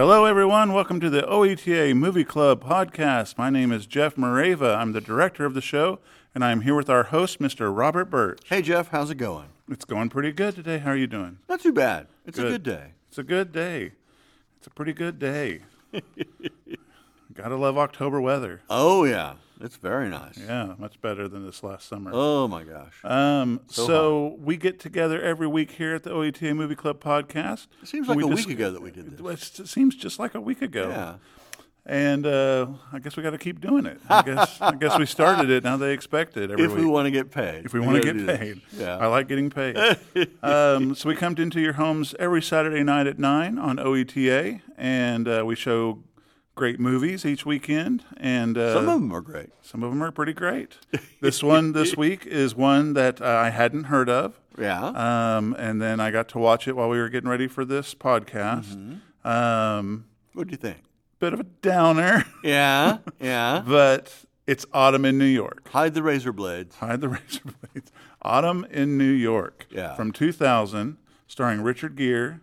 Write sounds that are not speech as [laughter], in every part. everyone. Welcome to the OETA Movie Club podcast. My name is Jeff Moreva. I'm the director of the show, and I'm here with our host, Mr. Robert Birch. Hey Jeff, how's it going? It's going pretty good today. How are you doing? Not too bad. It's a good day. It's a good day. It's a pretty good [laughs] day. Gotta love October weather. Oh yeah, it's very nice. Yeah, much better than this last summer. Oh my gosh, Um, so we get together every week here at the OETA Movie Club podcast. it and seems we like a dis- week ago that we did this. Well, it's- It seems just like a week ago. Yeah, And uh, I guess we got to keep doing it. I guess I guess we started it. Now they expect it every if week. we want to get paid, if we want to gotta get do this. paid, Yeah. I like getting [laughs] paid. um, so we come into your homes every Saturday night at nine on OETA, and uh, we show great movies each weekend. And uh, Some of them are great. some of them are pretty great. This one [laughs] this week is one that uh, I hadn't heard of. Yeah. Um, and then I got to watch it while we were getting ready for this Mm-hmm. podcast. Um, what do you think? bit of a downer, [laughs] Yeah, yeah. but it's autumn in New York. Hide the razor blades. Hide the [laughs] razor blades. Autumn in New York. Yeah. From 2000, starring Richard Gere,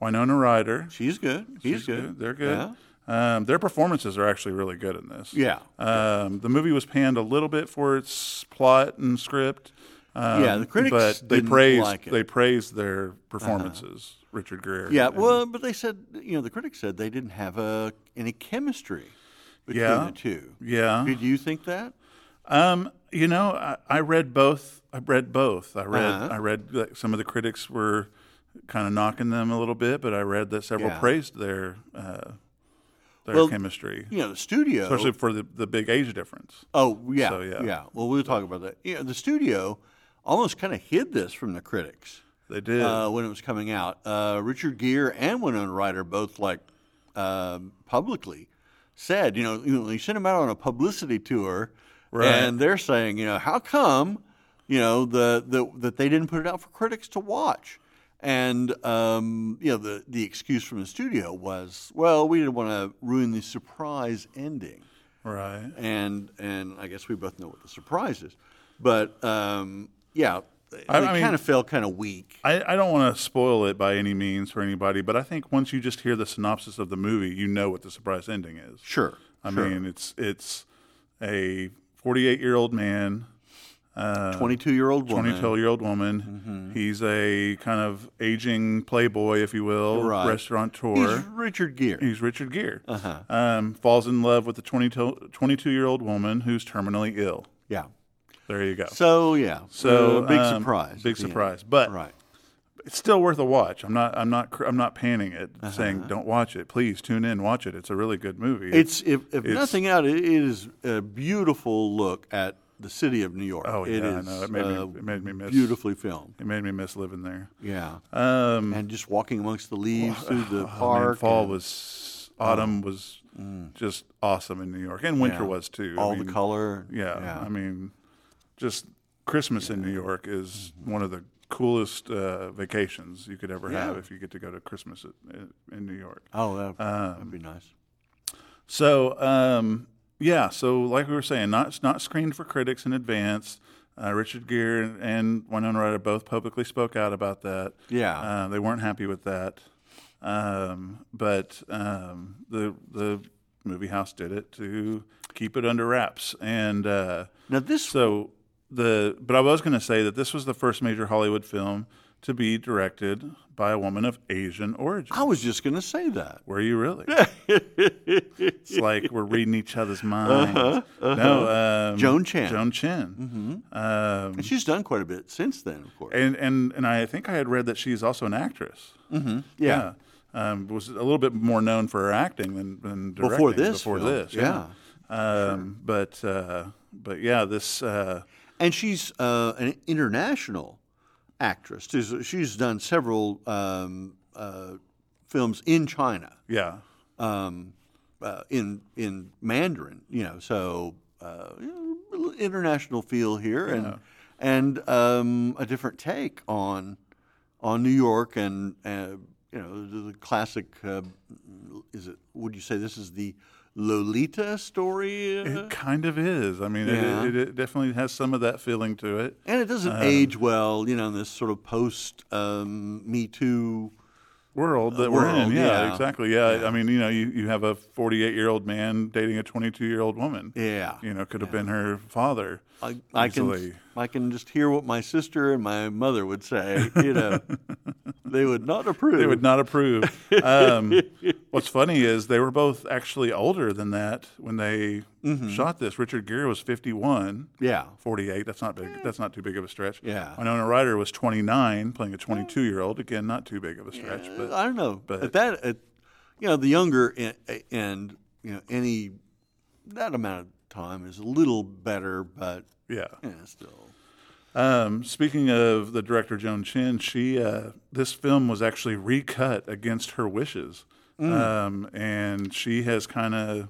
Winona Ryder. She's good. He's She's good. They're good. Um, their performances are actually really good in this. Yeah. Um, the movie was panned a little bit for its plot and script. Um, Yeah, the critics but they didn't praised like it. Uh-huh. they praised their performances. Richard Gere. Yeah. and- Well, but they said you know the critics said they didn't have uh, any chemistry between Yeah. the two. yeah. Did you think that? Um, you know, I, I read both. I read both. I read. Uh-huh. I read that some of the critics were kind of knocking them a little bit, but I read that several Yeah. praised their uh, their Well, chemistry, You know, the studio. especially for the, the big age difference. Oh yeah, So, yeah. yeah, Well, we'll talk about that. Yeah, the studio almost kind of hid this from the critics They did. uh, when it was coming out. Uh, Richard Gere and Winona Ryder both like um publicly said, you know, you know, they sent him out on a publicity tour, Right. and they're saying, you know, how come, you know, the, the that they didn't put it out for critics to watch. And um, you know the the excuse from the studio was, well, we didn't want to ruin the surprise ending right. and and I guess we both know what the surprise is, but um, yeah, they I- I mean- kind of felt kind of weak. I, I don't want to spoil it by any means for anybody, but I think once you just hear the synopsis of the movie, you know what the surprise ending is. Sure, I mean, it's it's a 48 year old man uh, twenty-two-year-old woman, 22 year old woman. Mm-hmm. He's a kind of aging playboy, if you will, Right. Uh-huh. restaurateur. He's Richard Gere. He's Richard Gere. Um, falls in love with a 22 year old woman who's terminally ill. yeah. There you go. So yeah, So, uh, big um, surprise. Big at the end. surprise. But Right. it's still worth a watch. I'm not. I'm not. cr- I'm not panning it, Uh-huh. saying don't watch it. Please tune in, watch it. It's a really good movie. It's if, if nothing out, it is a beautiful look at the city of New York. oh yeah, it I is, know. It made me. uh, It made me miss. beautifully filmed. It made me miss living there. Yeah, Um, and just walking amongst [sighs] the leaves through the I mean, park. Oh, fall and Oh. Mm. was autumn was just awesome in New York, and winter was too. I all mean, the color. Yeah, I mean, just Christmas in New York is Mm-hmm. one of the coolest uh, vacations you could ever have if you get to go to Christmas in, in New York. Oh, that, Um, that'd be nice. So um, yeah, so like we were saying, not not screened for critics in advance. Uh, Richard Gere and, and Winona Ryder both publicly spoke out about that. Yeah. uh, they weren't happy with that. Um, but um, the the movie house did it to keep it under wraps. And uh, Now this so the but I was going to say that this was the first major Hollywood film to be directed by a woman of Asian origin. I was just going to say that. Were you really? it's like we're reading each other's minds. No, um, Joan Chen. Joan Chen. Um, And she's done quite a bit since then, of course. and and and I think I had read that she's also an actress. Mm-hmm. yeah. Um, was a little bit more known for her acting than, than directing Before this Before film, this, yeah. Um, But uh, but yeah, this uh, And she's uh, an international actress. She's, she's done several um, uh, films in China, yeah um, uh, in in Mandarin, you know, so uh, you know, a little international feel here and and um, a different take on on New York and uh, you know the, the classic uh, is it would you say this is the Lolita story uh, it kind of is. I mean, Yeah. it, it, it definitely has some of that feeling to it. and it doesn't age well, you know, in this sort of post um, Me Too world that we're in. world, Yeah, yeah. exactly. Yeah. I mean, you know, you, you have a 48 year old man dating a 22 year old woman. Yeah. You know, could have been her father. I, I Easily. can I can just hear what my sister and my mother would say. [laughs] You know, they would not approve. They would not approve. Um, what's funny is they were both actually older than that when they shot this. Richard Gere was 51. Yeah, 48. That's not big. That's not too big of a stretch. Yeah. Winona Ryder was 29, playing a 22 year old. Again, not too big of a stretch. But Uh, I don't know. but- at that, at, you know, the younger and, and you know any that amount of time is a little better, but yeah. yeah, still. Um, speaking of the director Joan Chin, she uh, this film was actually recut against her wishes, um, and she has kind of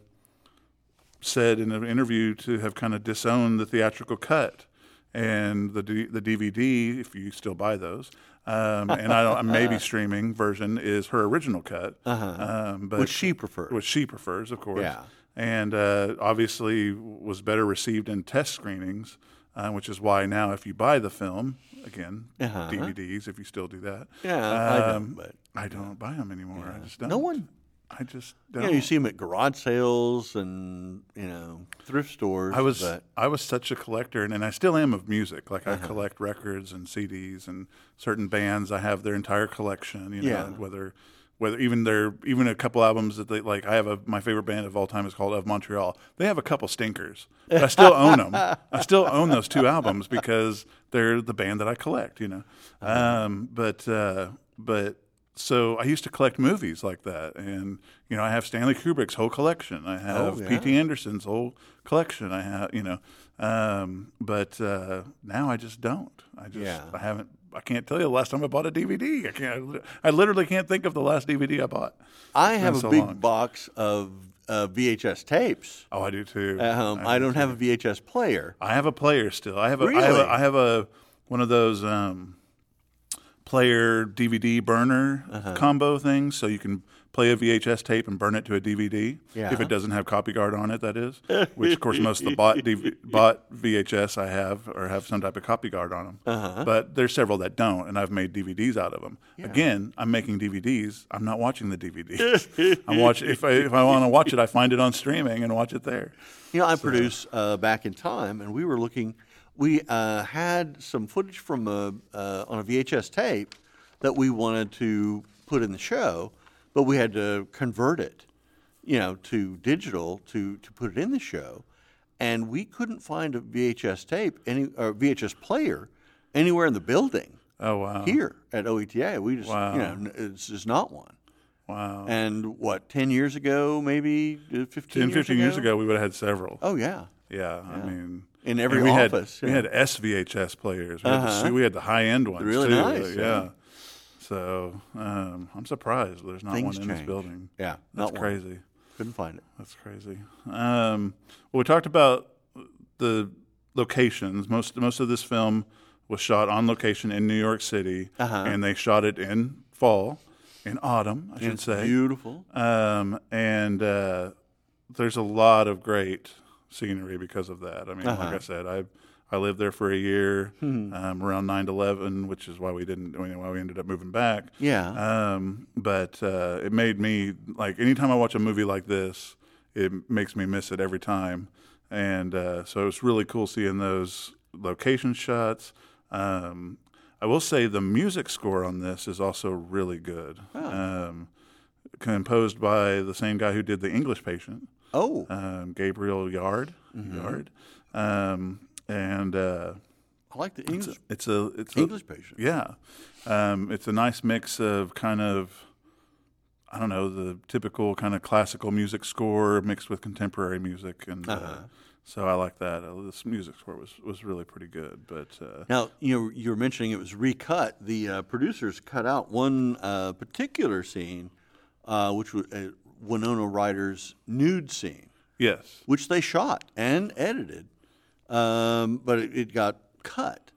said in an interview to have kind of disowned the theatrical cut and the D- the DVD, if you still buy those, um, and I don't, maybe streaming version is her original cut, um, but Which she preferred. which she prefers, of course. Yeah. And uh, obviously was better received in test screenings, uh, which is why now if you buy the film, again, Uh-huh. DVDs, if you still do that. yeah, I um, don't. But I don't buy them anymore. I just don't. no one. I just You don't. know, you see them at garage sales and you know thrift stores. I was but, I was such a collector, and, and I still am of music. Like I collect records and CDs, and certain bands I have their entire collection. You know, Yeah. whether whether even their even a couple albums that they like. I have a my favorite band of all time is called Of Montreal. They have a couple stinkers. But I still own them. I still own those two albums because they're the band that I collect. You know, um, but uh, but. So I used to collect movies like that, and you know I have Stanley Kubrick's whole collection. I have Oh, yeah. P.T. Anderson's whole collection. I have, you know, um, but uh, now I just don't. I just Yeah. I haven't. I can't tell you the last time I bought a DVD. I can't. I literally can't think of the last DVD I bought. I have a so big long. box of uh, VHS tapes. Oh, I do too. Um, I don't have a VHS player. I have a player still. I have a. I have Really? a, I have a one of those um, player DVD burner Uh-huh. combo things, so you can play a VHS tape and burn it to a DVD Yeah. if it doesn't have copy guard on it. That [laughs] is, which of course most of the bought DV, bought VHS I have or have some type of copy guard on them. Uh-huh. But there's several that don't, and I've made DVDs out of them. Again, I'm making DVDs. I'm not watching the [laughs] DVDs. I'm watching if I if I want to watch it, I find it on streaming and watch it there. You know, I produce uh, back in time, and we were looking. We uh, had some footage from a uh, on a VHS tape that we wanted to put in the show, but we had to convert it, you know, to digital to to put it in the show, and we couldn't find a VHS tape any or VHS player anywhere in the building Oh wow! here at OETA. We just you know n- it's just not one. Wow. And what ten years ago, maybe uh, fifteen 10, years 15 years ago, we would have had several. Oh yeah. Yeah, I mean, In every and we office, Had, yeah. Uh-huh. We had SVHS players. We, had, the, su- we had the high end ones. really too. nice, Yeah. yeah. So um, I'm surprised there's not Things one in this change. building. Yeah, That's not one. crazy. Couldn't find it. That's crazy. Um, well, we talked about the locations. Most most of this film was shot on location in New York City, Uh-huh. and they shot it in fall, in autumn, I should say. Beautiful. Um, and uh, there's a lot of great scenery because of that. I mean, like I said, I I lived there for a year um, around 9/11, which is why we didn't why we ended up moving back. Yeah. Um, but uh, it made me like anytime I watch a movie like this, it makes me miss it every time. And uh, so it was really cool seeing those location shots. Um, I will say the music score on this is also really good. Um, composed by the same guy who did The English Patient, oh, um, Gabriel Yard. Yard. Um, and uh, I like the English it's a it's a, English patient. yeah, um, it's a nice mix of kind of, I don't know, the typical kind of classical music score mixed with contemporary music, and uh, so I like that. Uh, this music score was was really pretty good, but uh, Now you know, you were mentioning it was recut. The uh, producers cut out one uh, particular scene, uh, which was uh, Winona Ryder's nude scene, yes, which they shot and edited, um, but it, it got cut.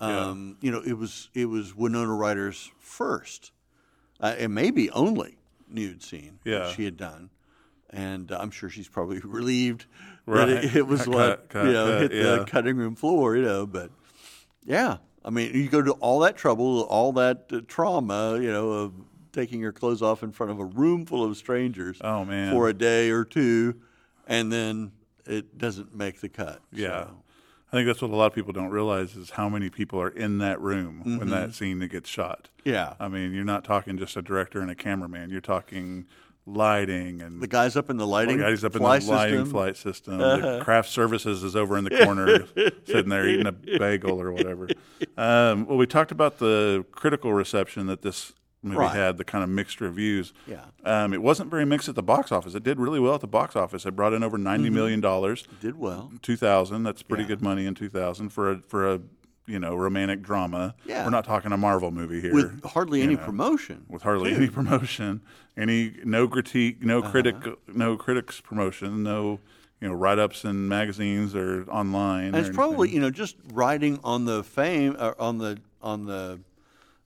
Um, You know, it was it was Winona Ryder's first, uh, and maybe only nude scene Yeah. that she had done, and I'm sure she's probably [laughs] relieved that Right. it, it was Cut, what cut, you know cut, hit yeah. the cutting room floor. You know, but yeah, I mean, you go to all that trouble, all that uh, trauma, you know, of taking her clothes off in front of a room full of strangers Oh, man. for a day or two, and then it doesn't make the cut. Yeah. So, I think that's what a lot of people don't realize is how many people are in that room when that scene that gets shot. yeah. I mean, you're not talking just a director and a cameraman. You're talking lighting and the guys up in the lighting, guys up in the fly lighting system. Uh-huh. flight system. The craft services is over in the [laughs] corner, sitting there eating a bagel or whatever. Um, well, we talked about the critical reception that this movie Right. had, the kind of mixed reviews. Yeah. Um, it wasn't very mixed at the box office. It did really well at the box office. It brought in over Mm-hmm. ninety million dollars. Did well. 2000 that's pretty good money in 2000 for a for a you know romantic drama Yeah. we're not talking a marvel movie here with hardly any promotion. with hardly any promotion any no critique no Uh-huh. critic no critics promotion no you know write-ups in magazines or online And or it's probably you know just riding on the fame uh, on the on the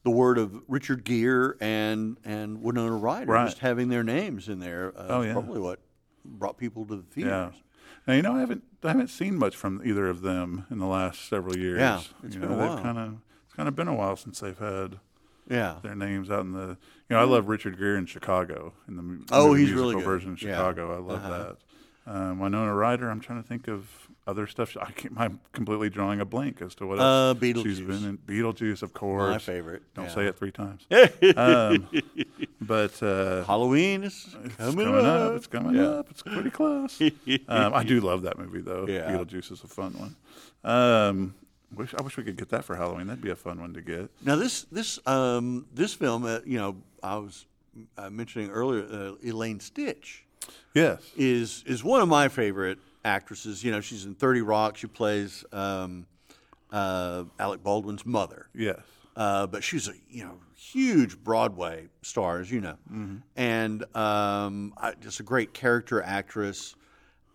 the word of Richard Gere and and Winona Ryder Right. Oh, just having their names in there. Uh, is yeah. probably what brought people to the anything. yeah theaters. now you know i haven't i haven't seen much from either of them in the last several years Yeah, it's you been know a they've while. kind of it's kind of been a while since they've had Yeah, their names out in the. You know, I love Richard Gere in Chicago in the mu- Mm-hmm. Oh, the he's musical really good. version of Yeah. Uh-huh. Chicago. I love that. Um, Winona Ryder. I'm trying to think of other stuff. I can't, I'm completely drawing a blank as to what Uh, else she's Beetlejuice. been in. Beetlejuice, of course. my favorite. Don't yeah. say it three [laughs] times. um, but uh, Halloween is it's coming, coming up. up. It's coming Yeah. up. It's pretty [laughs] close. um, I do love that movie though. Yeah. Beetlejuice is a fun one. Um, wish I wish we could get that for Halloween. That'd be a fun one to get. Now this this um, this film, uh, you know, I was uh, mentioning earlier, uh, Elaine Stitch. Yes. is is one of my favorite actresses. You know, she's in Thirty Rock. She plays um, uh, Alec Baldwin's mother, Yes. uh, but she's a you know huge Broadway star, as you know, Mm-hmm. and um, I, just a great character actress.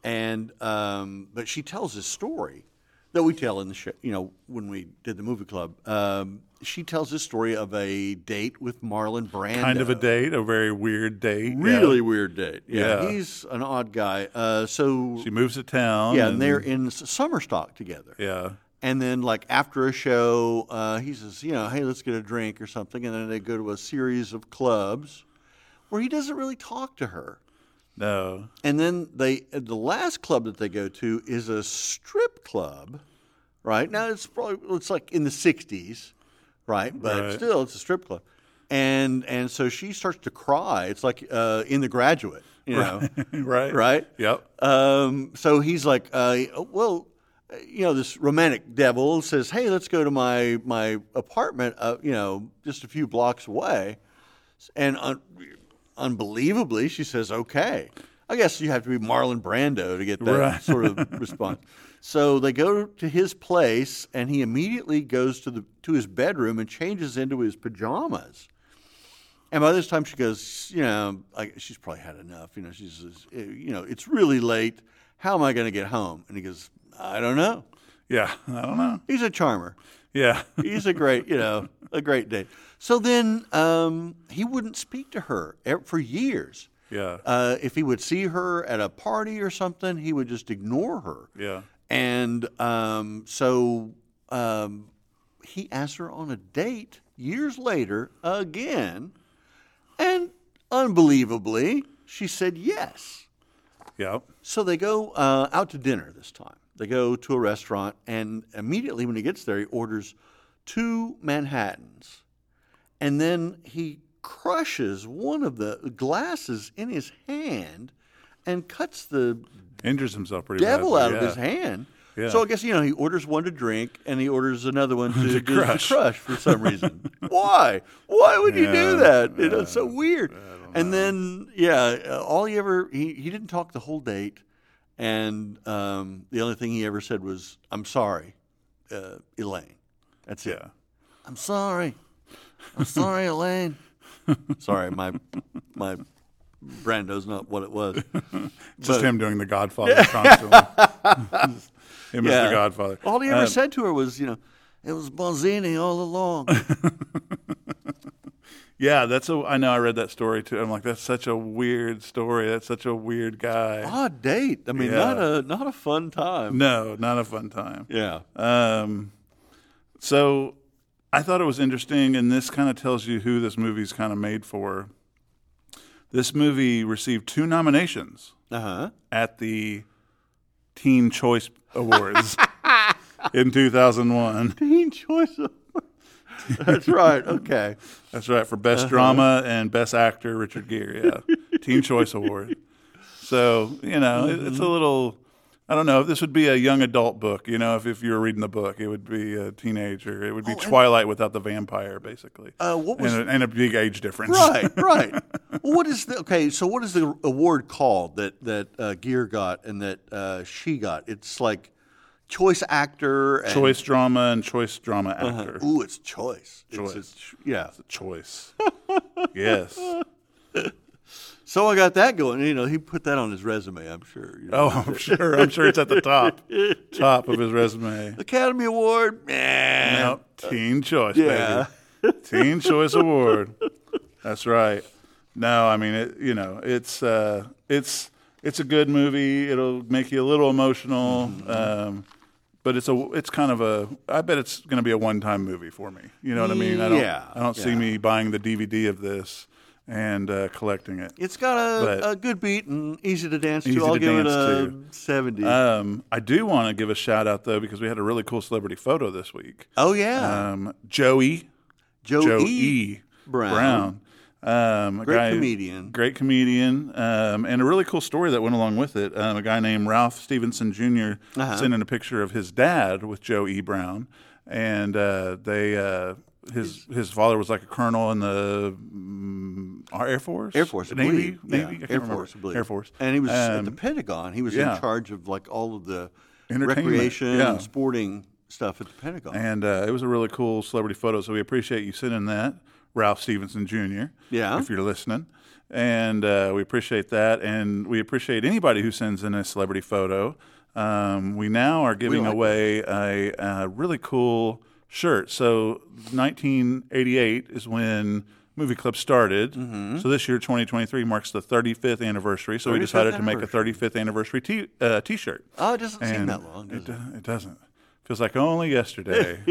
And um, but she tells this story that we tell in the show. You know, when we did the movie club, um, she tells this story of a date with Marlon Brando Kind of a date, a very weird date. yeah. uh, really weird date. Yeah. Yeah. he's an odd guy. Uh, so She Mm-hmm. moves to town. yeah, and they're in s- summer stock together. yeah, And then like after a show, uh, he says, you know, hey, let's get a drink or something. And then they go to a series of clubs where he doesn't really talk to her. no, And then they the last club that they go to is a strip club, right? Now it's probably it's like in the '60s, right? But Right. still, it's a strip club, and and so she starts to cry. It's like uh, in The Graduate, you know, [laughs] right, Oh. right? yep, Um, so he's like, uh, well, you know, this romantic devil says, "Hey, let's go to my my apartment, uh, you know, just a few blocks away," and un- unbelievably, she says, "Okay." I guess you have to be Marlon Brando to get that Right. sort of response. So they go to his place, and he immediately goes to the to his bedroom and changes into his pajamas. And by this time, she goes, you know, I, she's probably had enough. You know, she says, "Eh, you know, it's really late. How am I going to get home? And he goes, I don't know. yeah. [laughs] I don't know. He's a charmer. Yeah, [laughs] He's a great, you know, a great date. So then um, he wouldn't speak to her e- for years. yeah, Uh, if he would see her at a party or something, he would just ignore her. yeah. And um, so um, he asked her on a date years later again. And unbelievably, she said yes. Yep. So they go uh, out to dinner this time. They go to a restaurant, and immediately when he gets there, he orders two Manhattans. And then he crushes one of the glasses in his hand and cuts the Injures himself pretty devil out badly, of yeah. his hand. Yeah. So I guess you know he orders one to drink and he orders [laughs] another one to, to, crush. crush. for [laughs] some reason. Why? Why would you Yeah, do that? You know, it's so weird. And then yeah, uh, all he ever he, he didn't talk the whole date, and um, the only thing he ever said was "I'm sorry, uh, Elaine." That's it. Yeah. I'm sorry. I'm sorry, Elaine. [laughs] sorry, my my Brando's not what it was. Just him doing the [laughs] Godfather constantly. him as the Yeah. Oh. Godfather. All he ever said to her was, you know, it was Bonzini [laughs] all along. Yeah, that's a. I know. I read that story too. I'm like, that's such a weird story. That's such a weird guy. Odd date. I mean, Yeah. not a not a fun time. Uh-huh. No, not a fun time. Yeah. Um, so I thought it was interesting, and this kind of tells you who this movie's kind of made for. This movie received two nominations Uh Uh-huh. huh. at the Teen Choice Awards in 2001. Teen Choice [laughs] Awards. That's right. Okay. That's right for best Uh-huh. drama and best actor, Richard Gere. [laughs] Yeah, Teen Choice Award. So you know, it, it's a Mm-hmm. little. I don't know. This would be a young adult book. You know, if if you were reading the book, it would be a teenager. It would be Twilight without the vampire, basically. Oh, Uh, what was- and a, and a big age difference? Right. Right. Well, what is the okay? So what is the award called that that uh, Gear got and that uh, she got? It's like choice actor. [laughs] And, Choice drama and choice drama actor. Ooh, it's choice. It's a Choice. ch- yeah. [laughs] Choice. yes. So I got that going. You know, he put that on his resume. I'm sure. you know. Oh, I'm sure. I'm sure it's at the [laughs] top, top of his resume. Academy Award. Nah. Nope. uh, Teen Choice, yeah. baby. [laughs] Teen Choice Award. That's right. No, I mean it. You know, it's uh, it's it's a good movie. It'll make you a little emotional, Mm-hmm. um, but it's a it's kind of a. I bet it's going to be a one time movie for me. You know what I mean? I don't. Yeah, I don't see yeah. me buying the DVD of this and uh, collecting it. It's got a, But- a good beat and easy to dance Easy to. I'll to give it dance a to. 70. Um, I do want to give a shout out though because we had a really cool celebrity photo this week. oh, yeah. Um, Joey Joe, Joe E. E. Brown. Brown. Um, a Great guy- comedian. Great comedian. Um, and a really cool story that went along with it. Um, a guy named Ralph Stevenson junior Uh-huh. sent in a picture of his dad with Joe E. Brown. And uh, they uh, his his father was like a colonel in the mm, Air Force? Air Force, I Navy? believe. Navy? Yeah, I can't Air remember. Force, I believe. Air Force. And he was at the Um, Pentagon. He was in yeah. charge of like all of the Entertainment, recreation yeah. and sporting stuff at the Pentagon. And uh, it was a really cool celebrity photo. So we appreciate you sending that, Ralph Stevenson Jr. Yeah. If you're listening. And uh, we appreciate that. And we appreciate anybody who sends in a celebrity photo. Um, we now are giving like away a, uh really cool shirt. So 1988 is when Movie Club started. Mm-hmm. So this year, 2023, marks the 35th anniversary. So we 35th decided to make a 35th anniversary t- uh, t-shirt. oh, it doesn't seem And that long. Does It, it? do- it doesn't. Feels like only [laughs] yesterday.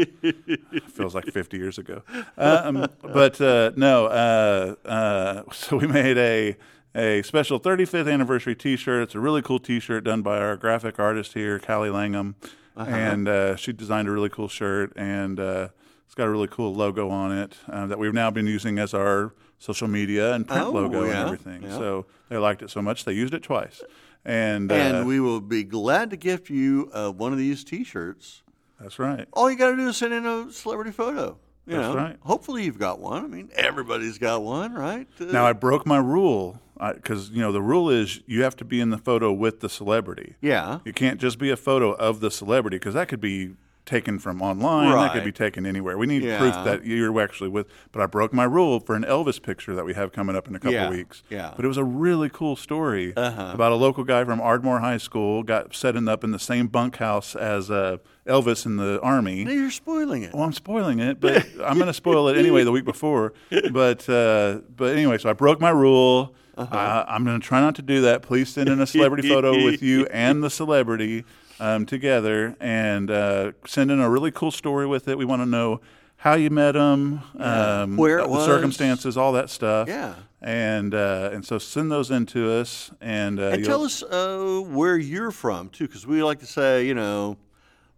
Feels like 50 years ago. Um, but uh, no, uh, uh, so we made a a special 35th anniversary T-shirt. It's a really cool T-shirt done by our graphic artist here, Callie Langham, Uh-huh. and uh, she designed a really cool shirt, and uh, it's got a really cool logo on it uh, that we've now been using as our social media and print Oh, logo and yeah, everything. yeah. So they liked it so much they used it twice, and, uh, and we will be glad to gift you uh, one of these t shirts. that's right. All you got to do is send in a celebrity photo. You That's know, right. hopefully you've got one. I mean, everybody's got one, right? Uh, Now I broke my rule because you know the rule is you have to be in the photo with the celebrity. yeah. You can't just be a photo of the celebrity because that could be taken from online. That Right. could be taken anywhere. We need Yeah. proof that you're actually with. But I broke my rule for an Elvis picture that we have coming up in a couple Yeah. weeks. Yeah. Uh-huh. But it was a really cool story about a local guy from Ardmore High School got set in- up in the same bunkhouse as uh, Elvis in the army. Now you're spoiling it. Well, I'm spoiling it, but I'm going to spoil it anyway the week before. But uh, but anyway, so I broke my rule. Uh-huh. I, I'm going to try not to do that. Please send in a celebrity photo with you and the celebrity um, together, and uh, send in a really cool story with it. We want to know how you met them, um, Where it the was. circumstances, all that stuff. Yeah. And uh, and so send those in to us, and, uh, And you'll- tell us uh, where you're from too, because we like to say, you know,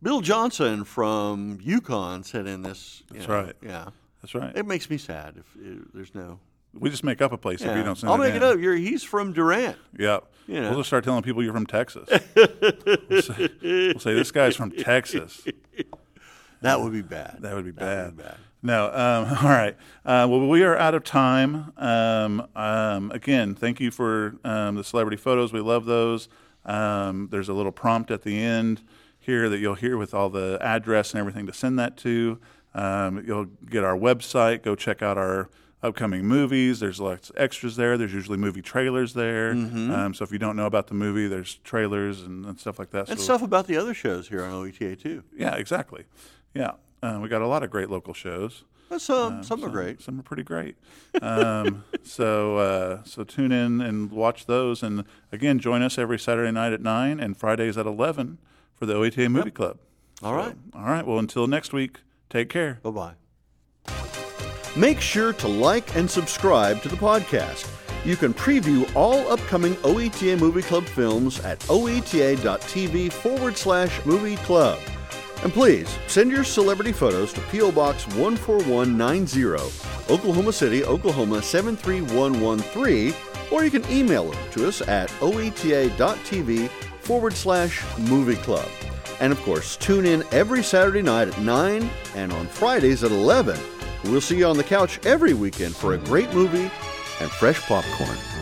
Bill Johnson from Yukon said in this. you That's know, right. Yeah, that's right. it makes me sad if uh, there's no. we just make up a place if Yeah. you don't send I'll it make in. it up. You're he's from Durant. Yeah. You know. We'll just start telling people you're from Texas. we'll, say, we'll say, this guy's from Texas. That would be bad. That would be That bad. would be bad. No. Um, [laughs] all right. Uh, well, we are out of time. Um, um, again, thank you for um, the celebrity photos. We love those. Um, there's a little prompt at the end here that you'll hear with all the address and everything to send that to. Um, you'll get our website. Go check out our upcoming movies. There's lots of extras there. There's usually movie trailers there. Mm-hmm. Um, so if you don't know about the movie, there's trailers and, and stuff like that. and So- stuff about the other shows here on OETA too. Yeah, exactly. Yeah. Uh, we got a lot of great local shows. Well, Some some are great. Uh, Some are pretty great. [laughs] Um, so uh, so tune in and watch those. And again, join us every Saturday night at nine and Fridays at eleven for the OETA Movie Club. All right. All right. Well, until next week, take care. Bye bye. Make sure to like and subscribe to the podcast. You can preview all upcoming OETA Movie Club films at E oeta.tv forward slash movie club. And please send your celebrity photos to P.O. Box 14190, Oklahoma City, Oklahoma 73113, or you can email them to us at E oeta.tv forward slash movie club. And of course, tune in every Saturday night at 9 and on Fridays at 11. We'll see you on the couch every weekend for a great movie and fresh popcorn.